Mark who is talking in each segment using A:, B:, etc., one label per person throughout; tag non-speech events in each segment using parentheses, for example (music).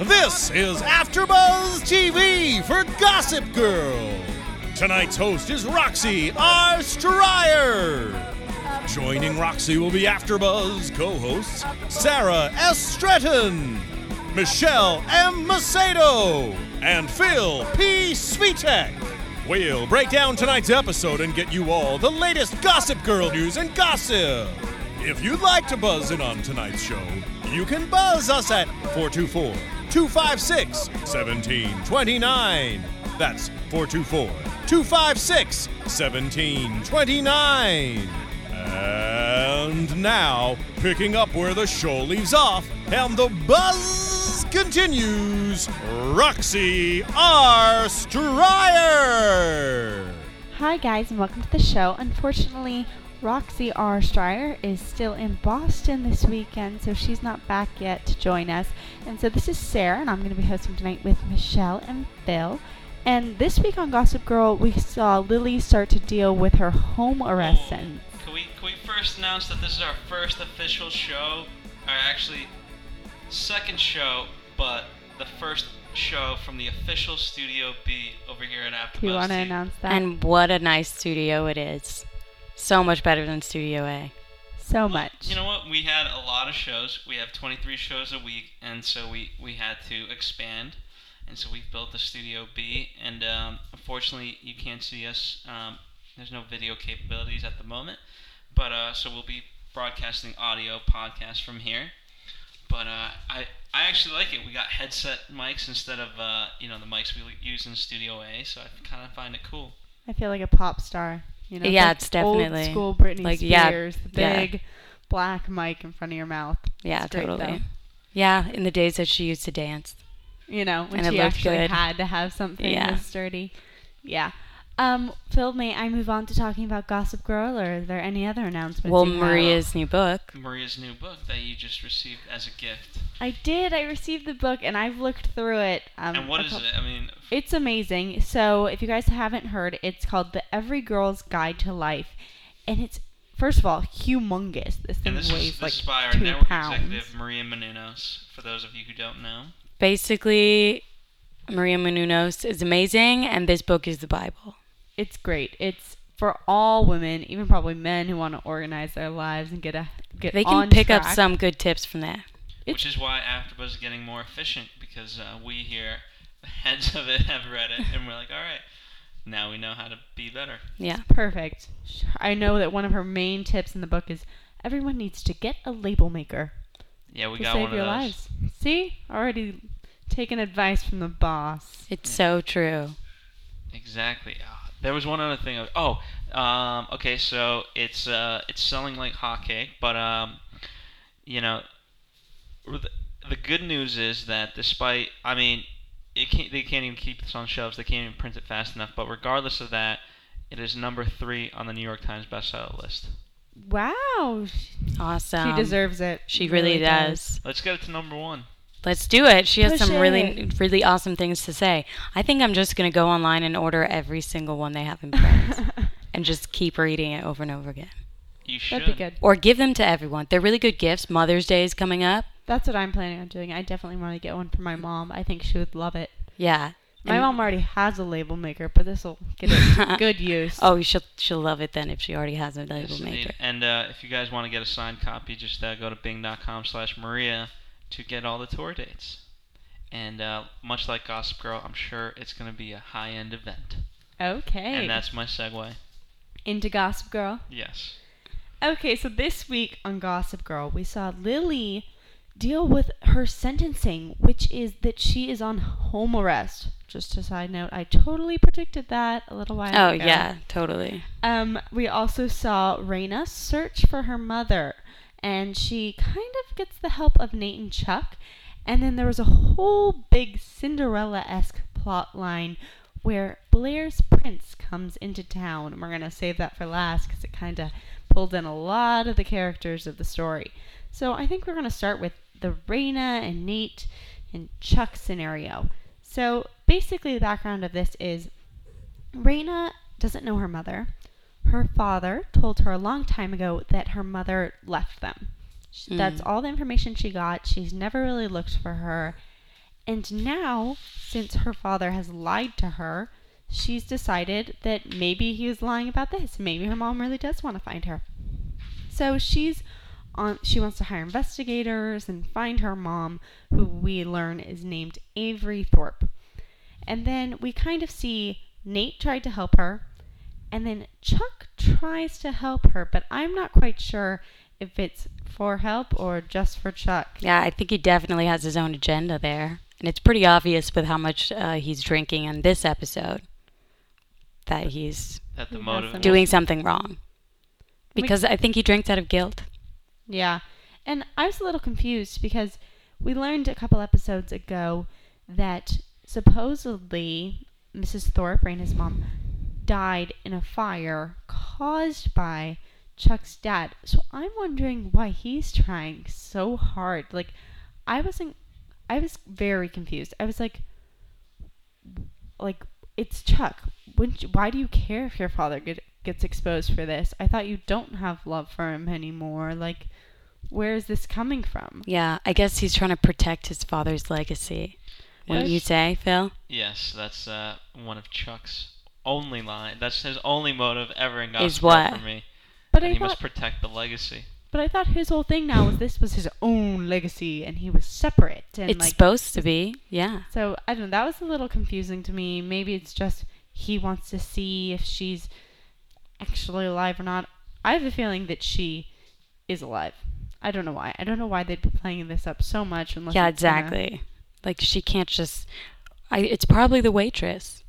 A: This is AfterBuzz TV for Gossip Girl. Tonight's host is Roxy R. Stryer. Joining Roxy will be AfterBuzz co-hosts Sarah S. Stretton, Michelle M. Macedo, and Phil P. Svitek. We'll break down tonight's episode and get you all the latest Gossip Girl news and gossip. If you'd like to buzz in on tonight's show, you can buzz us at 424 256 1729. That's 424 256 1729. And now, picking up where the show leaves off and the buzz continues, Roxy R. Stryer.
B: Hi, guys, and welcome to the show. Unfortunately, Roxy R. Stryer is still in Boston this weekend, so she's not back yet to join us. And so this is Sarah, and I'm going to be hosting tonight with Michelle and Phil. And this week on Gossip Girl, we saw Lily start to deal with her home arrest sentence.
C: Can we can we first announce that this is our first official show? Or actually, second show, but the first show from the official Studio B over here in AfterBuzz.
B: Do you want to
C: TV.
B: announce that?
D: And what a nice studio it is. So much better than Studio A.
B: so much.
C: You know what? We had a lot of shows. We have 23 shows a week, and so we we had to expand. And so we've built the Studio B, and um, unfortunately, you can't see us. Um, there's no video capabilities at the moment, but uh, so we'll be broadcasting audio podcasts from here. But uh, I I actually like it. We got headset mics instead of uh, you know the mics we use in Studio A, so I kind of find it cool.
B: I feel like a pop star. You know,
D: Yeah,
B: like
D: it's definitely-
B: old school Britney
D: like, yeah,
B: Spears, the
D: yeah.
B: big black mic in front of your mouth.
D: Yeah,
B: It's great,
D: totally.
B: though.
D: Yeah, in the days that she used to dance.
B: You know, when
D: And it
B: she
D: looked
B: actually
D: good.
B: had to have something
D: Yeah.
B: this sturdy. Yeah. Um, Phil, may I move on to talking about Gossip Girl, or are there any other announcements?
D: Well,
B: you have?
D: Maria's new book.
C: Maria's new book that you just received as a gift.
B: I did. I received the book, and I've looked through it. Um,
C: And what
B: a
C: is
B: cou-
C: it? I mean,
B: It's amazing. So, if you guys haven't heard, it's called The Every Girl's Guide to Life. And it's, first of all, humongous. This thing
C: and this
B: weighs
C: is, this
B: like
C: is by our
B: two
C: network
B: pounds.
C: executive Maria Menounos. For those of you who don't know,
D: Basically, Maria Menounos is amazing, and this book is the Bible.
B: It's great. It's for all women, even probably men who want to organize their lives and get a get
D: They can
B: on
D: pick up
B: track.
D: some good tips from there.
C: which is why AfterBuzz is getting more efficient because uh, we here, (laughs) the heads of it, have read it, and we're like, all right, now we know how to be better.
D: Yeah.
B: Perfect. Sh- I know that one of her main tips in the book is everyone needs to get a label maker
C: Yeah, we
B: to
C: got
B: save
C: one of
B: your
C: those.
B: lives. See, already taking advice from the boss.
D: It's so true.
C: Exactly. Ah, There was one other thing. I- Oh, um, okay. So it's uh, it's selling like hotcake, but um, you know, the, the good news is that despite, I mean, it can't, they can't even keep this on shelves. They can't even print it fast enough. But regardless of that, it is number three on the New York Times bestseller list.
B: Wow, sh-
D: Awesome.
B: she deserves it.
D: She really, does.
C: Let's get it to number one.
D: Let's do it. She has
B: Push
D: some really,
B: it.
D: really awesome things to say. I think I'm just going to go online and order every single one they have
B: (laughs)
D: in print and just keep reading it over and over again.
C: You
B: (laughs)
C: should.
B: That'd be good.
D: Or give them to everyone. They're really good gifts. Mother's Day is coming up.
B: That's what I'm planning on doing. I definitely want to get one for my mom. I think she would love it.
D: Yeah.
B: My
D: And-
B: mom already has a label maker, but this will get it
D: (laughs)
B: to good use.
D: Oh, she'll, she'll love it then if she already has a label
C: Yes,
D: maker.
C: indeed. And uh, if you guys want to get a signed copy, just uh, go to bing.com slash Maria to get all the tour dates. And uh, much like Gossip Girl, I'm sure it's going to be a high end event.
B: Okay.
C: And that's my segue.
B: Into Gossip Girl.
C: Yes.
B: Okay, so this week on Gossip Girl, we saw Lily deal with her sentencing, which is that she is on home arrest. Just a side note, I totally predicted that a little while
D: Oh,
B: ago.
D: yeah, totally.
B: Um, we also saw Raina search for her mother, and she kind of gets the help of Nate and Chuck. And then there was a whole big Cinderella esque plot line where Blair's prince comes into town. And we're going to save that for last because it kind of pulled in a lot of the characters of the story. So I think we're going to start with the Raina and Nate and Chuck scenario. So basically, the background of this is Raina doesn't know her mother. Her father told her a long time ago that her mother left them. Sh That's all the information she got. She's never really looked for her. And now, since her father has lied to her, she's decided that maybe he was lying about this. Maybe her mom really does want to find her. So she's on she wants to hire investigators and find her mom, who we learn is named Avery Thorpe. And then we kind of see Nate tried to help her, and then Chuck tries to help her, but I'm not quite sure if it's for help or just for Chuck.
D: Yeah, I think he definitely has his own agenda there. And it's pretty obvious with how much uh, he's drinking in this episode that he's
C: That the
B: That's
C: motive.
B: amazing.
D: doing something wrong. Because I think he drinks out of guilt.
B: Yeah. And I was a little confused because we learned a couple episodes ago that supposedly Mrs. Thorpe, Raina's mom, died in a fire caused by Chuck's dad. So I'm wondering why he's trying so hard. Like, I wasn't. I was very confused. I was like, like it's Chuck. Wouldn't you, why do you care if your father get, gets exposed for this? I thought you don't have love for him anymore. Like, where is this coming from?
D: Yeah, I guess he's trying to protect his father's legacy. Wouldn't
C: Yes.
D: you say, Phil?
C: Yes, that's uh, one of Chuck's only line. That's his only motive ever in Gossip
D: what?
C: Girl for me.
B: But
C: and
B: I
C: he
B: thought,
C: must protect the legacy. (laughs)
B: but I thought his whole thing now was this was his own legacy, and he was separate and
D: it's
B: like.
D: supposed to be. Yeah.
B: so I don't know. That was a little confusing to me. Maybe it's just he wants to see if she's actually alive or not. I have a feeling that she is alive. I don't know why. I don't know why they'd be playing this up so much. Unless
D: Yeah,
B: it's gonna-
D: exactly. Like she can't just. I, it's probably the waitress.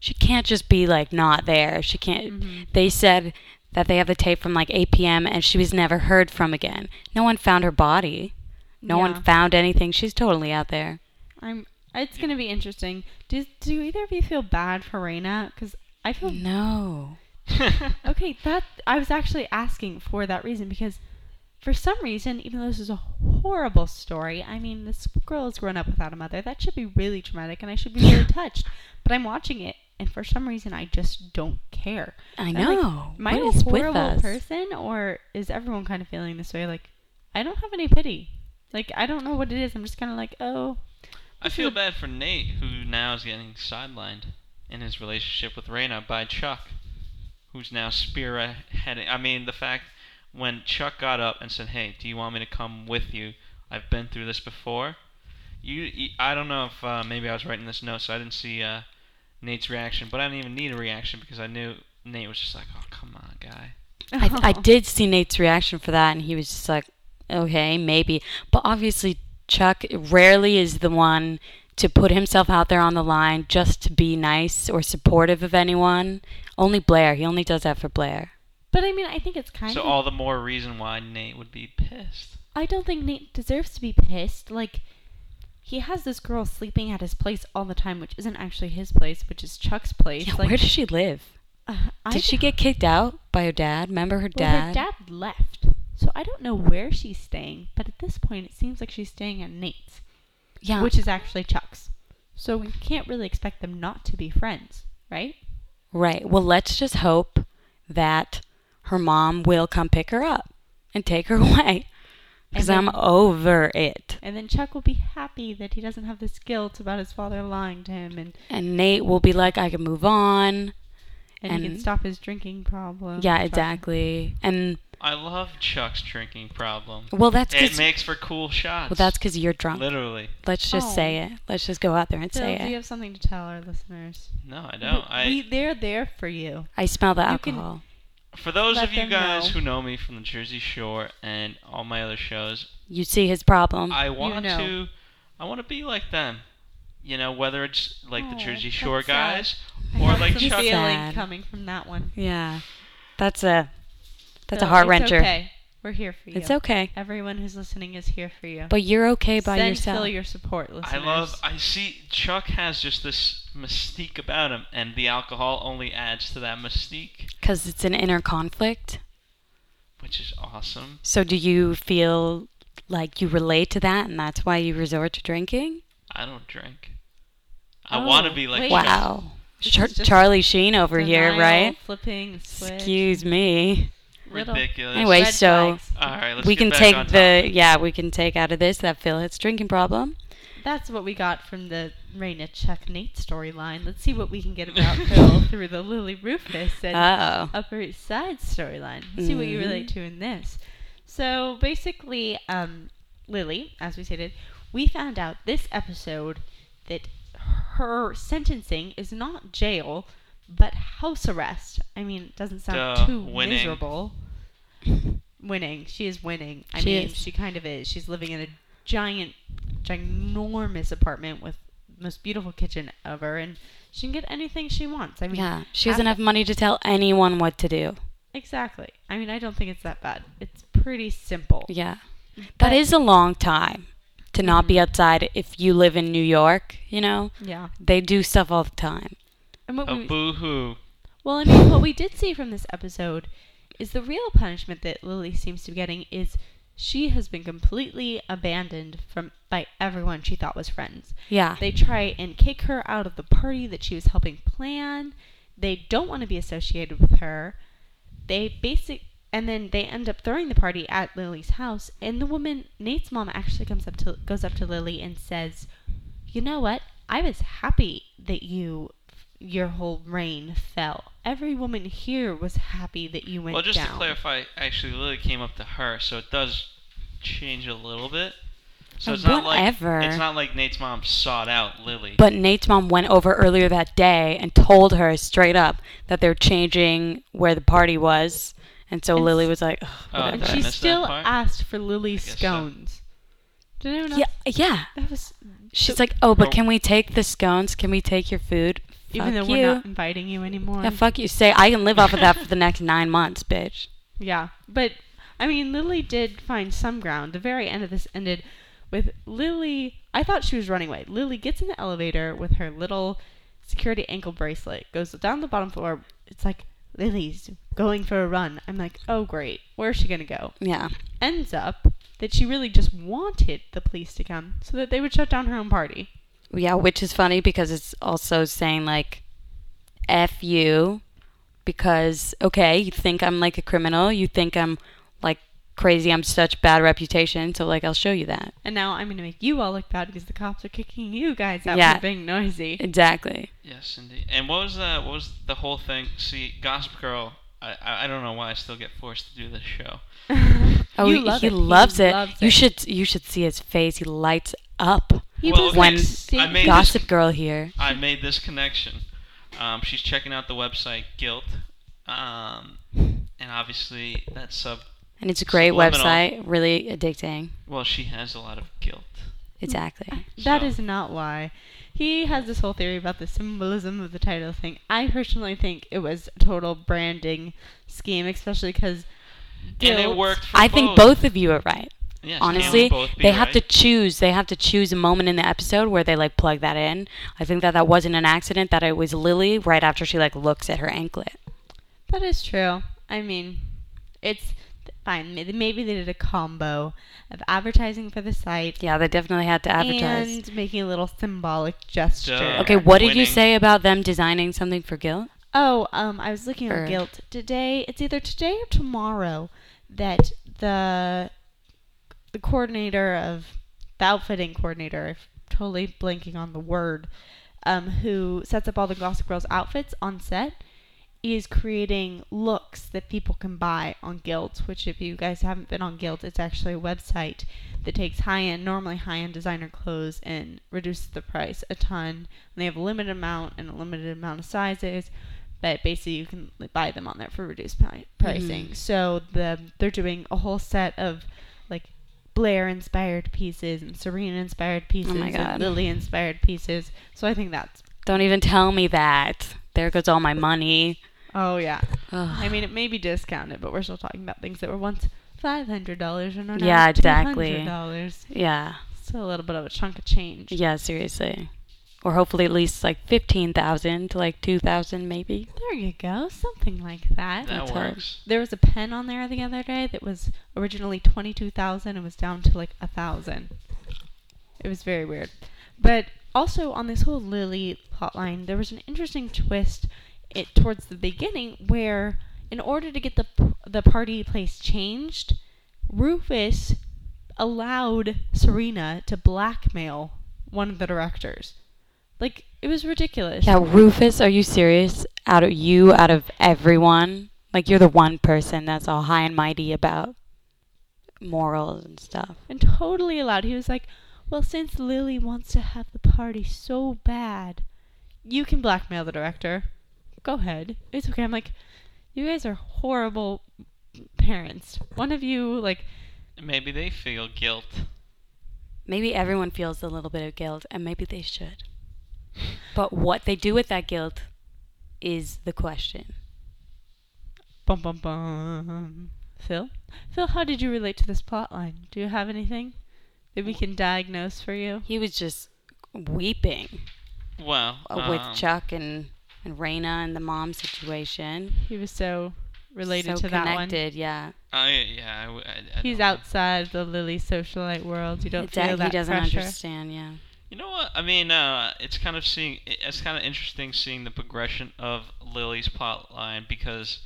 D: She can't just be like not there. She can't. They said that they have the tape from like 8 p.m. and she was never heard from again. No one found her body. No
B: Yeah.
D: one found anything. She's totally out there.
B: I'm. It's gonna be interesting. Do do either of you feel bad for Raina? Because I feel
D: No.
B: okay. That I was actually asking for that reason because for some reason, even though this is a horrible story, I mean, this girl has grown up without a mother. That should be really traumatic, and I should be
D: (laughs)
B: really touched. But I'm watching it, and for some reason, I just don't care.
D: I
B: I'm like,
D: know.
B: Am I
D: What
B: a
D: is with
B: horrible
D: us?
B: person, or is everyone kind of feeling this way? Like, I don't have any pity. Like, I don't know what it is. I'm just kind of like, oh,
C: I feel bad for Nate, who now is getting sidelined in his relationship with Raina by Chuck, who's now spearheading. I mean, the fact when Chuck got up and said, "Hey, do you want me to come with you? I've been through this before." You, you I don't know if uh, maybe I was writing this note, so I didn't see uh, Nate's reaction, but I didn't even need a reaction because I knew Nate was just like, "Oh, come on, guy."
D: I,
B: (laughs)
D: I did see Nate's reaction for that, and he was just like, okay, maybe. But obviously, Chuck rarely is the one to put himself out there on the line just to be nice or supportive of anyone. Only Blair. He only does that for Blair.
B: But I mean, I think it's kind
C: So
B: of.
C: all the more reason why Nate would be pissed.
B: I don't think Nate deserves to be pissed. Like, he has this girl sleeping at his place all the time, which isn't actually his place, which is Chuck's place.
D: Yeah,
B: like,
D: where does she live?
B: uh, I
D: Did she
B: don't-
D: get kicked out by her dad? Remember her
B: Well,
D: dad?
B: her dad left, so I don't know where she's staying. But at this point, it seems like she's staying at Nate's,
D: Yeah.
B: which is actually Chuck's. So we can't really expect them not to be friends, right?
D: Right. Well, let's just hope that her mom will come pick her up and take her (laughs) away. Because
B: And
D: I'm
B: then-
D: over it.
B: And then Chuck will be happy that he doesn't have this guilt about his father lying to him, and
D: And Nate will be like, I can move on.
B: and, he can
D: And-
B: stop his drinking problem.
D: Yeah,
B: Chuck-
D: exactly. And
C: I love Chuck's drinking problem.
D: well, that's
C: It
D: because
C: makes for cool shots.
D: well, that's because you're drunk.
C: literally.
D: Let's just
B: Oh.
D: say it. Let's just go out there and
B: Phil,
D: say
B: do you
D: it.
B: have something to tell our listeners?
C: No, I don't. I
B: we, they're there for you.
D: I smell the
B: you can-
D: alcohol.
C: for those
B: let
C: of you
B: them
C: guys
B: know.
C: who know me from the Jersey Shore and all my other shows,
D: You see his problem.
C: I want
B: Um, know.
C: to I want to be like them. You know, whether it's like the
B: Oh,
C: Jersey
B: that's
C: Shore
B: sad.
C: guys
B: I
C: or
B: have
C: like
B: some
C: Chuck.
B: feeling
D: Sad.
B: coming from that one.
D: yeah, that's a that's
B: So
D: a heart
B: Oh, it's
D: wrencher.
B: Okay. We're here for you.
D: It's okay.
B: Everyone who's listening is here for you.
D: But you're okay by
B: Send
D: yourself.
B: Phil your support,
C: I
B: listeners.
C: love. I see Chuck has just this mystique about him, and the alcohol only adds to that mystique,
D: Because it's an inner conflict.
C: which is awesome.
D: So do you feel like you relate to that and that's why you resort to drinking?
C: I don't drink. I
B: Oh,
C: want to be like
B: wait.
C: Chuck.
D: Wow.
B: This
D: Char-
B: is just
D: Charlie Sheen over here,
B: Denial,
D: right?
B: Flipping, switch,
D: Excuse me.
B: little
C: Ridiculous.
D: Anyway,
B: red
D: so
B: flags.
C: All right, let's
D: we
C: get
D: can
C: back
D: take
C: on
D: the
C: topic.
D: yeah, we can take out of this that Phil hits drinking problem.
B: That's what we got from the Raina Chuck Nate storyline. Let's see what we can get
C: (laughs)
B: about Phil through the Lily Rufus and
D: Oh.
B: Upper East Side storyline. Let's See what you relate to in this. So basically, um, Lily, as we stated, we found out this episode that her sentencing is not jail, but house arrest. I mean, it doesn't sound
C: Duh,
B: too
C: winning.
B: miserable. (laughs) Winning. She is winning. I
D: She
B: mean,
D: is.
B: she kind of is. She's living in a giant, ginormous apartment with the most beautiful kitchen ever, and she can get anything she wants. I mean,
D: Yeah. She has
B: after-
D: enough money to tell anyone what to do.
B: Exactly. I mean, I don't think it's that bad. It's pretty simple.
D: Yeah.
B: But- Mm-hmm.
D: that is a long time to not be outside if you live in New York, you know?
B: Yeah.
D: They do stuff all the time.
B: And what
C: Oh,
B: we,
C: boo hoo.
B: well, I mean, what we did see from this episode is the real punishment that Lily seems to be getting is she has been completely abandoned from by everyone she thought was friends.
D: Yeah.
B: They try and kick her out of the party that she was helping plan. They don't want to be associated with her. They basic and then they end up throwing the party at Lily's house and the woman Nate's mom actually comes up to goes up to Lily and says, "You know what? I was happy that you your whole reign fell. Every woman here was happy that you went
C: Well, just
B: down."
C: to clarify, actually, Lily came up to her, so it does change a little bit. So
D: Uh,
C: it's not
D: whatever.
C: like it's not like Nate's mom sought out Lily.
D: But Nate's mom went over earlier that day and told her straight up that they're changing where the party was. And so
B: And
D: Lily
B: s-
D: was like, "Ugh,
C: Oh,
D: whatever.
B: and
C: I
B: she
C: missed that
B: still
C: part.
B: asked for Lily's
C: guess so.
B: scones. Did anyone else?
D: yeah, yeah.
B: That was
D: She's like, oh, but
C: Oh.
D: can we take the scones? Can we take your food?
B: even
D: fuck
B: though
D: you.
B: we're not inviting you anymore.
D: yeah, fuck you. Say, I can live off of that for the next nine months, bitch.
B: Yeah, but I mean, Lily did find some ground. The very end of this ended with Lily. I thought she was running away. Lily gets in the elevator with her little security ankle bracelet, goes down the bottom floor. It's like Lily's going for a run. I'm like, oh great, where's she gonna go?
D: Yeah.
B: Ends up that she really just wanted the police to come so that they would shut down her own party.
D: Yeah, which is funny because it's also saying like F you because okay, you think I'm like a criminal, you think I'm like crazy, I'm such bad reputation, so like I'll show you that.
B: And now I'm gonna make you all look bad because the cops are kicking you guys out
D: Yeah.
B: for being noisy.
D: Exactly.
C: yes, indeed. And what was that? What was the whole thing? See, Gossip Girl. I I I don't know why I still get forced to do this show.
D: (laughs) Oh,
B: You
D: he,
B: love
D: he
B: it. He
D: loves it.
B: loves
D: you
B: it.
D: should you should see his face. He lights up.
B: He
C: Well,
B: was
C: okay,
D: when
B: like,
C: I
B: sitting-
C: made this-
D: Gossip Girl here.
C: I
D: (laughs)
C: made this connection. Um, she's checking out the website Guilt, um, and obviously that sub.
D: And it's a great
C: Subliminal.
D: website, really addicting.
C: Well, she has a lot of guilt.
D: Exactly.
B: That
C: So-
B: is not why. He has this whole theory about the symbolism of the title thing. I personally think it was a total branding scheme, especially because
C: And it worked. For
D: I think
C: both.
D: both of you are right.
C: Yes, can't we
D: honestly
C: both be
D: they have
C: right?
D: to choose they have to choose a moment in the episode where they like plug that in i think that that wasn't an accident that it was lily right after she like looks at her anklet
B: That is true. I mean, it's fine. May- Maybe they did a combo of advertising for the site
D: yeah they definitely had to advertise
B: and making a little symbolic gesture.
C: Duh.
D: okay what did you
C: Winning.
D: say about them designing something for guilt
B: Oh, um, I was looking
D: Or-
B: at guilt today. It's either today or tomorrow that the the coordinator of the outfitting coordinator, I'm totally blanking on the word, um, who sets up all the Gossip Girls outfits on set, is creating looks that people can buy on Guilt. Which, if you guys haven't been on Guilt, it's actually a website that takes high end, normally high end designer clothes and reduces the price a ton. And they have a limited amount and a limited amount of sizes, but basically you can like, buy them on there for reduced pri- pricing. So the they're doing a whole set of like Blair inspired pieces and Serena inspired pieces
D: Oh God.
B: and Lily inspired pieces. So I think that's
D: don't even tell me that there goes all my money
B: Oh yeah. I mean, it may be discounted, but we're still talking about things that were once five hundred dollars and are now
D: Yeah,
B: yeah,
D: exactly.
B: exactly. dollars.
D: Yeah.
B: Still a little bit of a chunk of change.
D: Yeah, seriously. Or hopefully at least like 15,000 to like 2,000 maybe.
B: There you go, something like that.
C: That
D: That's hard.
C: works.
B: There was a pen on there the other day that was originally twenty two thousand and was down to like a thousand. It was very weird. But also on this whole Lily plotline, there was an interesting twist it towards the beginning where in order to get the p- the party place changed, Rufus allowed Serena to blackmail one of the directors. Like it was ridiculous.
D: Yeah, Rufus, are you serious? Out of you, out of everyone? Like you're the one person that's all high and mighty about morals and stuff.
B: and totally allowed. He was like, "Well, since Lily wants to have the party so bad, you can blackmail the director. Go ahead. It's okay." I'm like, "You guys are horrible parents. One of you like
C: Maybe they feel guilt.
D: Maybe everyone feels a little bit of guilt and maybe they should. But what they do with that guilt is the question.
B: bum bum bum." Phil, Phil, how did you relate to this plot line? Do you have anything that we can diagnose for you?
D: He was just weeping
C: Well,
D: uh, with
C: um,
D: Chuck and and Raina and the mom situation.
B: He was so related
D: so
B: to that one.
D: connected, yeah.
C: I, Oh, yeah, I, w- I- I
B: He's
C: don't know.
B: outside the Lily socialite world. You don't
D: Exactly.
B: feel that
D: he doesn't
B: pressure.
D: understand, yeah.
C: You know what? I mean, uh, it's kind of seeing it's kind of interesting seeing the progression of Lily's plotline because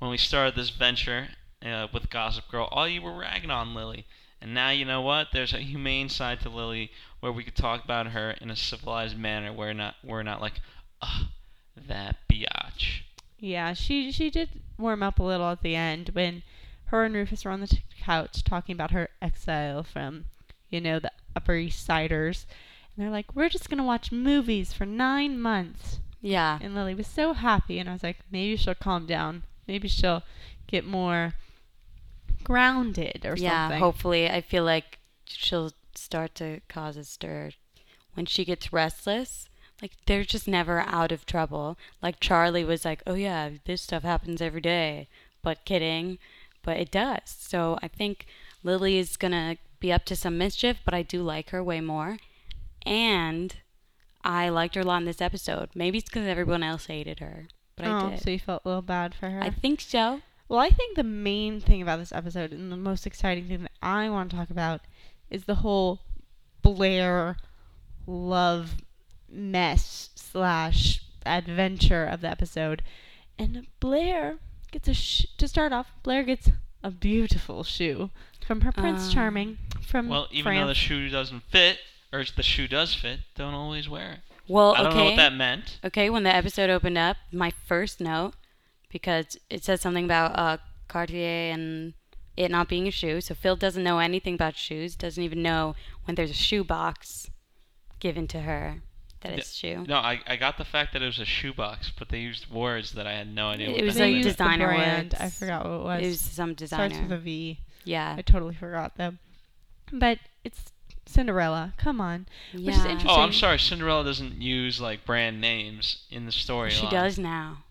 C: when we started this venture uh, with Gossip Girl, all you were ragging on Lily, and now you know what? There's a humane side to Lily where we could talk about her in a civilized manner. Where not we're not like, ah, that biatch.
B: Yeah, she she did warm up a little at the end when her and Rufus were on the t- couch talking about her exile from, you know, the Upper East Siders. And they're like, we're just going to watch movies for nine months.
D: Yeah.
B: And Lily was so happy. And I was like, maybe she'll calm down. Maybe she'll get more grounded or
D: yeah,
B: something.
D: hopefully I feel like she'll start to cause a stir when she gets restless. Like they're just never out of trouble. Like Charlie was like, "Oh yeah, this stuff happens every day." But kidding, but it does. So I think Lily is going to be up to some mischief, but I do like her way more. And I liked her a lot in this episode. Maybe it's because everyone else hated her, but I
B: Oh,
D: did.
B: so you felt a little bad for her.
D: I think so.
B: Well, I think the main thing about this episode and the most exciting thing that I want to talk about is the whole Blair love mess slash adventure of the episode. And Blair gets a sh- to start off. Blair gets a beautiful shoe from her Prince
D: Um,
B: Charming from
C: Well, even though the
B: Mm, France.
C: shoe doesn't fit, or the shoe does fit, don't always wear it.
D: Well,
C: I don't
D: okay.
C: know what that meant.
D: Okay, when the episode opened up, my first note, because it says something about uh, Cartier and it not being a shoe. So Phil doesn't know anything about shoes, doesn't even know when there's a shoe box given to her that it's
C: Yeah.
D: shoe.
C: No, I, I got the fact that it was a shoebox, but they used words that I had no idea. what
D: It was
C: that
B: They
D: like
C: meant.
B: used the
D: designer
B: brand.
D: words.
B: I forgot what it was.
D: It was some
B: Starts with a
D: designer.
B: V.
D: Yeah.
B: I totally forgot them. But it's Cinderella. Come on. Which is
D: Yeah.
B: interesting.
C: Oh, I'm sorry. Cinderella doesn't use like brand names in the story.
D: She does now.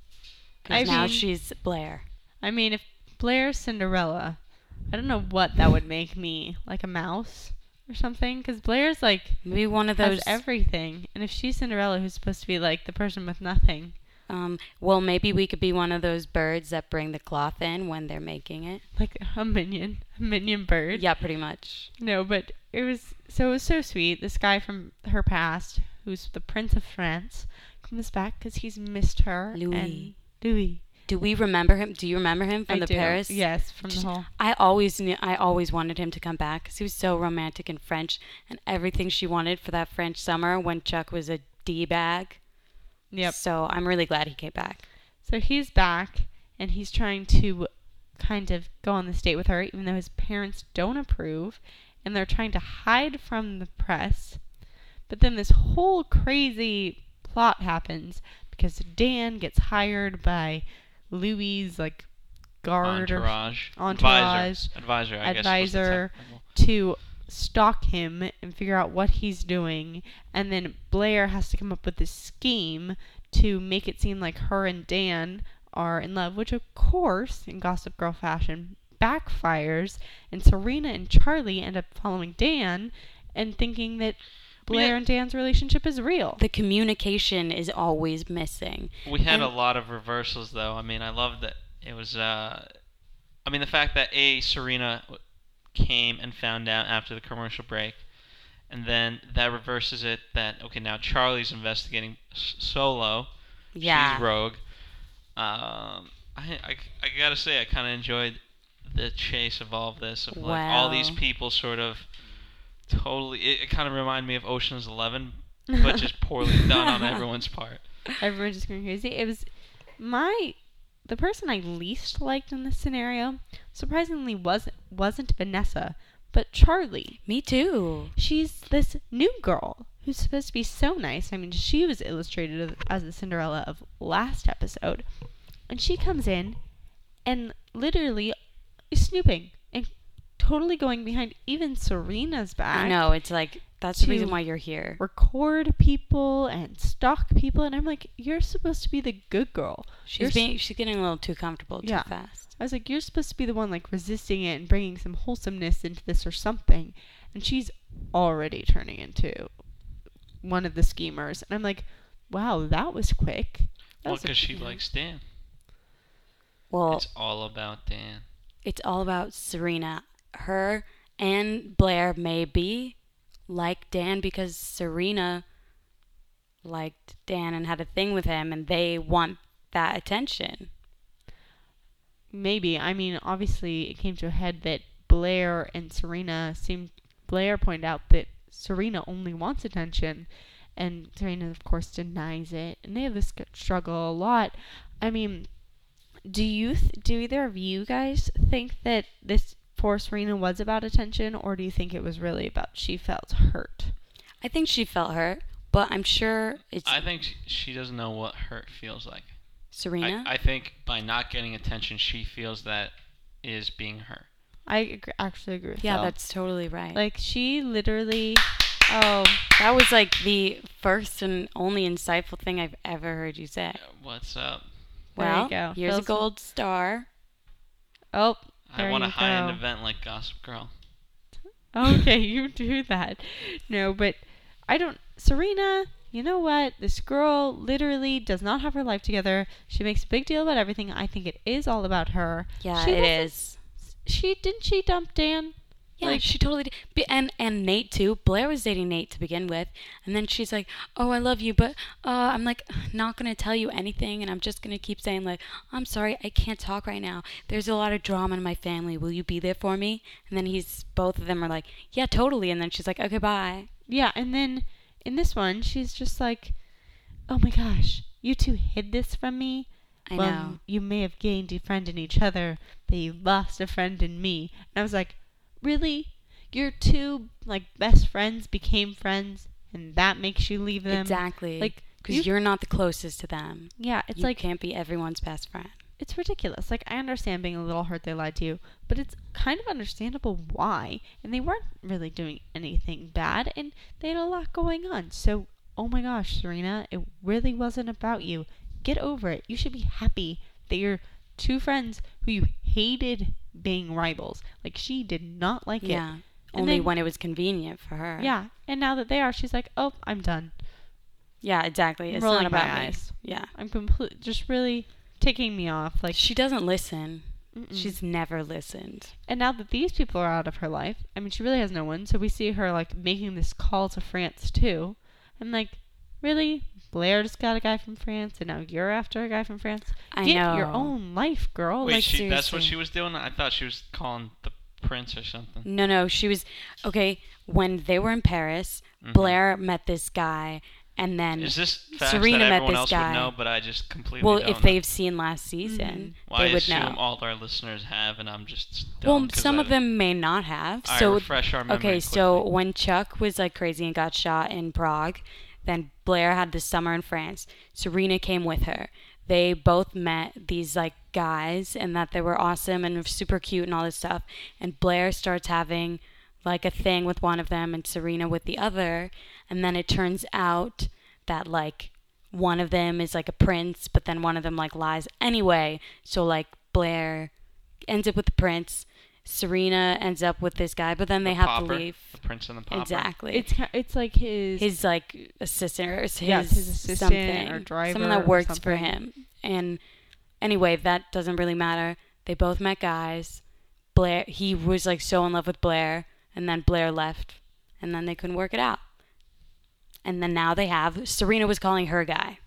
B: I
D: Because now
B: mean-
D: she's Blair.
B: I mean, if Blair's Cinderella, I don't know what that would make me like a mouse or something. Because Blair's like
D: Maybe one of
B: has
D: those.
B: everything, and if she's Cinderella, who's supposed to be like the person with nothing,
D: um, well, maybe we could be one of those birds that bring the cloth in when they're making it.
B: like a minion, a minion bird.
D: Yeah, pretty much.
B: No, but it was so it was so sweet. This guy from her past, who's the prince of France, comes back because he's missed her.
D: Louis.
B: And Louis.
D: Do we remember him? Do you remember him from
B: I
D: the
B: do.
D: Paris?
B: Yes, from the whole.
D: I always knew I always wanted him to come back because he was so romantic and French and everything she wanted for that French summer when Chuck was a d bag.
B: Yep.
D: So I'm really glad he came back.
B: So he's back and he's trying to kind of go on this date with her, even though his parents don't approve and they're trying to hide from the press. But then this whole crazy plot happens because Dan gets hired by Louis' like guard
C: Entourage.
B: or entourage
C: Advisor. Advisor. I guess. was the
B: advisor
C: technical-
B: to stalk him and figure out what he's doing and then Blair has to come up with this scheme to make it seem like her and Dan are in love which of course in gossip girl fashion backfires, and Serena and Charlie end up following Dan and thinking that Blair
C: Yeah.
B: and Dan's relationship is real.
D: The communication is always missing.
C: We had a
D: And-
C: lot of reversals, though. I mean, I loved that it was. Uh, I mean, the fact that a Serena w- came and found out after the commercial break, and then that reverses it. That okay, now Charlie's investigating s- solo.
D: Yeah.
C: She's rogue. Um, I, I, I gotta say, I kind of enjoyed the chase of all of this. Of like all these
D: Wow.
C: people sort of totally. It, it kind of reminded me of Ocean's Eleven,
D: (laughs)
C: but just poorly done on everyone's part.
B: (laughs) Everyone's just going crazy. It was my the person I least liked in this scenario surprisingly wasn't wasn't Vanessa, but Charlie.
D: Me too.
B: She's this new girl who's supposed to be so nice. I mean, she was illustrated as- as the Cinderella of last episode. And she comes in and literally is snooping and totally going behind even Serena's back.
D: I know. It's like that's the reason
B: to-
D: why you're here.
B: Record people and stalk people. And I'm like, you're supposed to be the good girl. You're
D: She's
B: s-
D: being she's getting a little too comfortable too
B: Yeah.
D: fast.
B: I was like, you're supposed to be the one like resisting it and bringing some wholesomeness into this or something. And she's already turning into one of the schemers. And I'm like, wow, that was quick. That
C: Well,
B: was a-
C: because she
B: yeah.
C: likes Dan.
D: Well,
C: It's all about Dan.
D: it's all about Serena. Her and Blair may be like Dan because Serena liked Dan and had a thing with him, and they want that attention.
B: Maybe. I mean, obviously, it came to a head that Blair and Serena seemed. Blair pointed out that Serena only wants attention, and Serena, of course, denies it. And they have this c- struggle a lot. I mean, do you th- do either of you guys think that this for Serena was about attention, or do you think it was really about she felt hurt?
D: I think she felt hurt, but I'm sure it's
C: I think sh- she doesn't know what hurt feels like.
D: Serena.
C: I, I think by not getting attention, she feels that is being hurt.
B: I ag- actually agree. With
D: yeah,
B: Phil.
D: that's totally right.
B: like she literally. Oh,
D: that was like the first and only insightful thing I've ever heard you say.
C: Uh, What's up?
B: There you
D: Well,
B: go.
D: here's
B: Phil's-
D: a gold star.
B: oh.
C: I
B: there
C: want a
B: you
C: high end
B: go.
C: event like Gossip Girl.
B: okay, (laughs) you do that. No, but I don't. Serena, you know what? This girl literally does not have her life together. She makes a big deal about everything. I think it is all about her.
D: Yeah,
B: she
D: it
B: wasn't-
D: is.
B: She didn't she dump Dan?
D: Yeah,
B: Like-
D: she totally did. B- And and Nate too. Blair was dating Nate to begin with, and then she's like, "Oh, I love you, but uh, I'm like not gonna tell you anything, and I'm just gonna keep saying like, I'm sorry, I can't talk right now. There's a lot of drama in my family. Will you be there for me?" And then he's both of them are like, "Yeah, totally." And then she's like, "Okay, bye."
B: Yeah, and then in this one, she's just like, "Oh my gosh, you two hid this from me."
D: I
B: well,
D: know.
B: you may have gained a friend in each other, but you lost a friend in me. And I was like, really? Your two like best friends became friends, and that makes you leave them?
D: exactly.
B: Like, you-
D: because you, are not the closest to them.
B: Yeah, it's
D: you
B: like
D: can't be everyone's best friend.
B: it's ridiculous. Like I understand being a little hurt they lied to you, but it's kind of understandable why. And they weren't really doing anything bad and they had a lot going on. So, oh my gosh, Serena, it really wasn't about you. Get over it. You should be happy that your two friends who you hated being rivals. Like she did not like
D: Yeah.
B: it. And
D: Only
B: then-
D: when it was convenient for her.
B: Yeah. And now that they are, she's like, "Oh, I'm done.
D: Yeah, exactly. It's
B: Rolling
D: not about
B: my
D: me.
B: eyes.
D: Yeah.
B: I'm complete just really ticking me off." Like
D: She doesn't listen. She's never listened.
B: And now that these people are out of her life, I mean, she really has no one. So we see her like making this call to France too. I'm like, really? Blair just got a guy from France, and now you're after a guy from France.
D: I
B: Get your
D: know.
B: own life, girl.
C: Wait,
B: like,
C: she, that's what
D: seriously. Mm-hmm.
C: she was doing? I thought she was calling the prince or something.
D: No, no, she was okay. When they were in Paris, Blair met this guy, and then
C: Mm-hmm. Is this facts
D: Serena
C: that
D: met
C: everyone
D: this
C: else
D: guy.
C: would know, but I just completely
D: well,
C: don't
D: if
C: know?
D: they've seen last season,
C: well, I
D: they would
C: assume
D: know.
C: all our listeners have, and I'm just
D: well,
C: dumb 'cause
D: some
C: I-
D: of them may not have.
C: All right,
D: So
C: refresh our
D: okay,
C: memory
D: so
C: quickly.
D: when Chuck was like crazy and got shot in Prague, then Blair had this summer in France. Serena came with her. They both met these like guys, and that they were awesome and super cute and all this stuff. And Blair starts having like a thing with one of them, and Serena with the other. And then it turns out that like one of them is like a prince, but then one of them like lies anyway. So like Blair ends up with the prince. Serena ends up with this guy, but then they have to leave.
C: The Prince and the Popper.
D: Exactly.
B: It's ki- it's like his.
D: his like assistant or his,
B: Yes, his assistant
D: something,
B: or driver
D: someone that
B: or
D: works for
B: something.
D: him. And anyway, that doesn't really matter. They both met guys. Blair, he was like so in love with Blair, and then Blair left, and then they couldn't work it out. And then now they have Serena was calling her guy,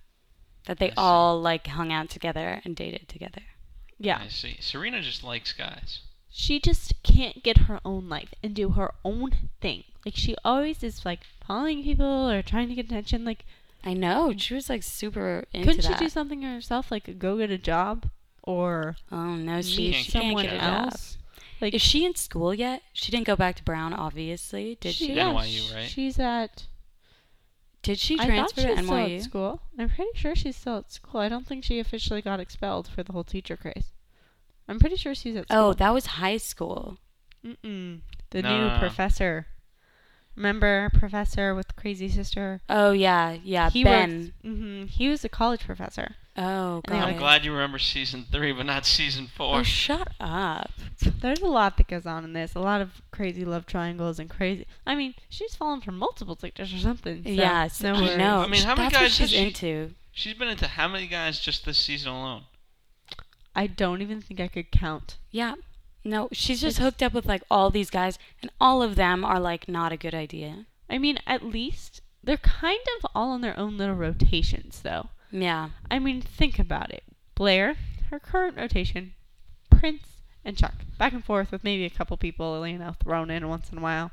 D: that they all like hung out together and dated together.
B: yeah,
C: I see. Serena just likes guys.
B: she just can't get her own life and do her own thing. Like she always is like following people or trying to get attention. Like
D: I know she was like super into
B: couldn't she
D: that.
B: do something herself? Like go get a job or
D: oh no, she,
C: Can't get
D: she can't
B: someone
D: get it up.
B: else? Like
D: Is she in school yet? She didn't go back to Brown, obviously, did she?
C: she? NYU, right?
B: She's at.
D: Did she
B: I thought
D: transfer
B: she
D: to
B: was still at
D: NYU?
B: school. I'm pretty sure she's still at school. I don't think she officially got expelled for the whole teacher craze. I'm pretty sure she's at school.
D: Oh, that was high school.
B: Mm-mm. The
C: No,
B: new
C: no, no.
B: professor. Remember professor with crazy sister?
D: Oh yeah, yeah.
B: he
D: ben.
B: hmm he was a college professor.
D: Oh
B: And they
D: god.
B: all
C: I'm glad you remember season three, but not season four.
D: Oh, shut
B: (laughs)
D: up.
B: There's a lot that goes on in this. A lot of crazy love triangles and crazy. I mean, she's fallen for multiple teachers or something. So
D: yes,
B: no
D: I
B: worries.
D: know.
C: I mean, how many
D: That's what
C: guys
D: she's
C: has she-
D: into?
C: She's been into how many guys just this season alone?
B: I don't even think I could count.
D: Yeah. No, she's just
B: It's-
D: hooked up with like all these guys, and all of them are like not a good idea.
B: I mean, at least they're kind of all on their own little rotations, though.
D: Yeah.
B: I mean, think about it. Blair, her current rotation, Prince, and Chuck. Back and forth with maybe a couple people, you know, thrown in once in a while.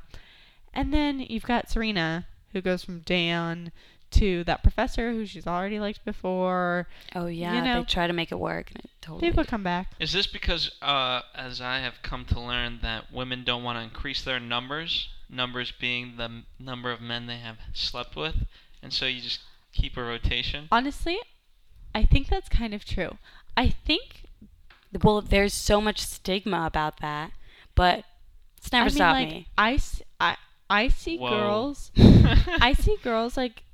B: And then you've got Serena, who goes from Dan to that professor who she's already liked before.
D: Oh yeah.
B: know-
D: they try to make it work, and it totally.
B: People come back.
C: Is this because, uh, as I have come to learn, that women don't want to increase their numbers? Numbers being the m- number of men they have slept with, and so you just keep a rotation.
B: Honestly, I think that's kind of true. I think,
D: Well, there's so much stigma about that, but it's never
B: I mean,
D: stopped
B: like,
D: me.
B: I, s- I- I see
C: Whoa. (laughs)
B: girls, I see girls, like,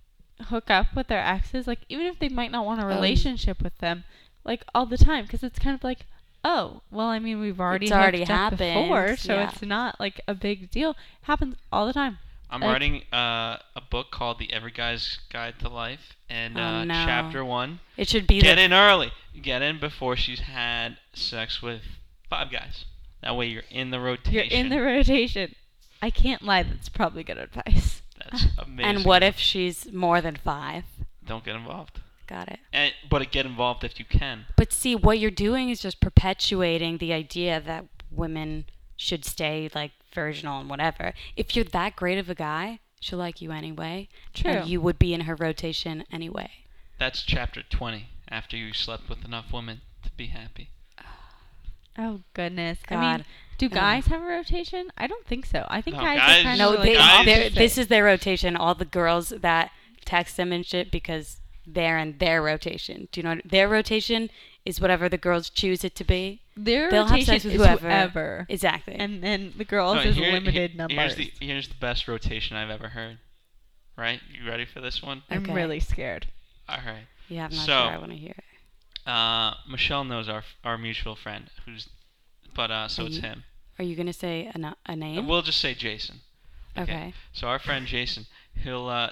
B: hook up with their exes, like, even if they might not
D: Um,
B: want a relationship with them, like, all the time, because it's kind of like, oh, well, I mean, we've already,
D: It's already
B: hooked up
D: happened,
B: before, so
D: yeah.
B: it's not, like, a big deal. happens all the time.
C: I'm
B: Like-
C: writing uh, a book called The Every Guy's Guide to Life, and
D: Oh,
C: uh,
D: no.
C: chapter one:
D: It should be
C: Get
D: the
C: in early. Get in before she's had sex with five guys. That way you're in the rotation.
B: You're in the rotation. I can't lie, that's probably good advice.
C: That's
B: (laughs)
C: amazing.
D: And what if she's more than five?
C: Don't get involved.
D: Got it.
C: And, but get involved if you can.
D: But see, what you're doing is just perpetuating the idea that women should stay like virginal and whatever. If you're that great of a guy, she'll like you anyway.
B: True.
D: And you would be in her rotation anyway.
C: That's chapter 20. After you slept with enough women to be happy.
B: Oh goodness! I mean,
D: God.
B: do
D: Ugh.
B: guys have a rotation? I don't think so. I think
C: No,
B: guys,
C: guys-
B: are kind
D: No,
B: of like
D: they,
C: guys-
D: they're-
B: opposite.
D: this is their rotation. All the girls that text them and shit because they're in their rotation. Do you know what, their rotation is whatever the girls choose it to be.
B: their
D: They'll have
B: rotation
D: sex with
B: is
D: whoever.
B: whoever,
D: Exactly.
B: and then the girls
C: No,
B: is
C: here-
B: limited
C: here-
B: numbers.
C: Here's the, here's the best rotation I've ever heard. Right? You ready for this one?
B: I'm
D: Okay.
B: really scared.
C: All right.
D: yeah, I'm not
C: So-
D: sure I want to hear it.
C: Uh, Michelle knows our our mutual friend, who's, but uh, so it's
D: Mhm.
C: him.
D: Are you going to say a, no- a name?
C: We'll just say Jason.
D: okay.
C: So our friend Jason, he'll uh,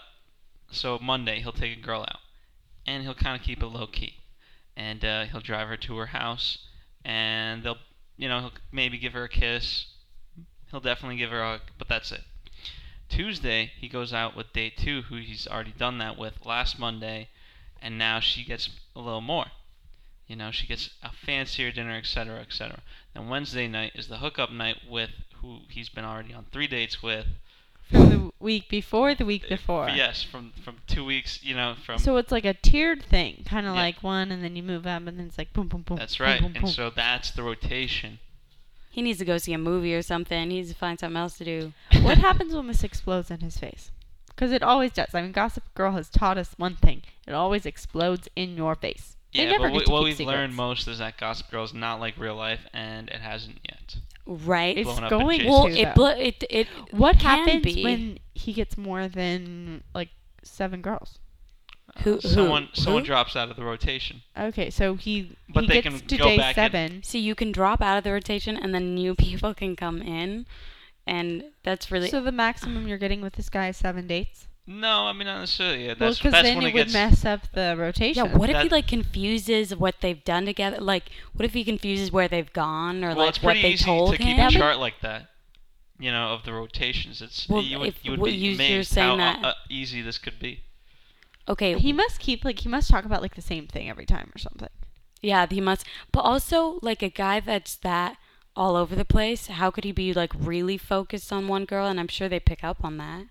C: so Monday he'll take a girl out, and he'll kind of keep it low key, and uh, he'll drive her to her house, and they'll you know he'll maybe give her a kiss, he'll definitely give her a hug, but that's it. Tuesday he goes out with day two, who he's already done that with last Monday, and now she gets a little more. You know, she gets a fancier dinner, etc., etc. Then Wednesday night is the hookup night with who he's been already on three dates with,
B: From the week before, the week before.
C: Yes, from from two weeks, you know, from
B: So it's like a tiered thing, kind of
C: Yeah.
B: like one, and then you move up, and then it's like boom, boom, boom.
C: that's
B: boom,
C: right,
B: boom,
C: and
B: boom.
C: so that's the rotation.
D: He needs to go see a movie or something. He needs to find something else to do.
C: (laughs)
B: what happens when this explodes in his face? Because it always does. I mean, Gossip Girl has taught us one thing: it always explodes in your face. They
C: Yeah,
B: never
C: but
B: get
C: we,
B: to
C: what
B: keep
C: we've
B: secrets.
C: learned most is that Gossip Girl is not like real life, and it hasn't yet.
D: Right.
B: It's
C: blown up in
B: going
C: jail.
D: well,
B: to.
D: it,
B: though.
D: blo- it it
B: what
D: can
B: happens
D: be.
B: when he gets more than like seven girls?
C: I
D: Who? who
C: someone someone
D: who?
C: drops out of the rotation.
B: Okay, so he
C: But
B: he
C: they
B: gets
C: can
B: to
C: go
B: day
C: back in.
B: seven.
D: So you can drop out of the rotation, and then new (laughs) people can come in, and that's really
B: So the maximum you're getting with this guy is seven dates.
C: No, I mean not necessarily. Yeah,
B: Well,
C: that's
B: 'cause
C: that's
B: then
C: when
B: it
C: it
B: would
C: gets.
B: mess up the rotation.
D: Yeah, what if he
C: That-
D: like confuses what they've done together? Like, what if he confuses where they've gone or
C: well,
D: like
C: it's
D: what
C: pretty
D: they
C: easy
D: told
C: to keep
D: him?
C: a chart like that. You know, of the rotations, it's
D: Well,
C: you would
D: if-
C: you would
D: what
C: be
D: you- you're
C: amazed how
D: saying
C: uh,
D: that-
C: uh, easy this could be.
D: Okay,
B: He must keep like he must talk about like the same thing every time or something.
D: yeah, he must. But also, like a guy that's that all over the place, how could he be like really focused on one girl? And I'm sure they pick up on that.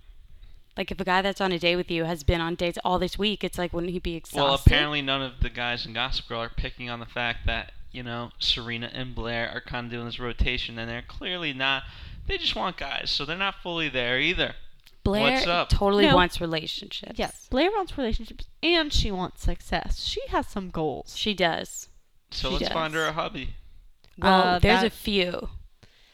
D: Like, if a guy that's on a date with you has been on dates all this week, it's like, wouldn't he be exhausted?
C: Well, apparently none of the guys in Gossip Girl are picking on the fact that you know Serena and Blair are kind of doing this rotation, and they're clearly not. They just want guys, so they're not fully there either.
D: Blair
C: what's up?
D: totally
B: No.
D: wants relationships.
B: Yes, Blair wants relationships and she wants success. She has some goals.
D: she does.
C: So
D: She
C: let's
D: does.
C: find her a hobby.
D: Well,
B: Uh,
D: there's a
B: that-
D: few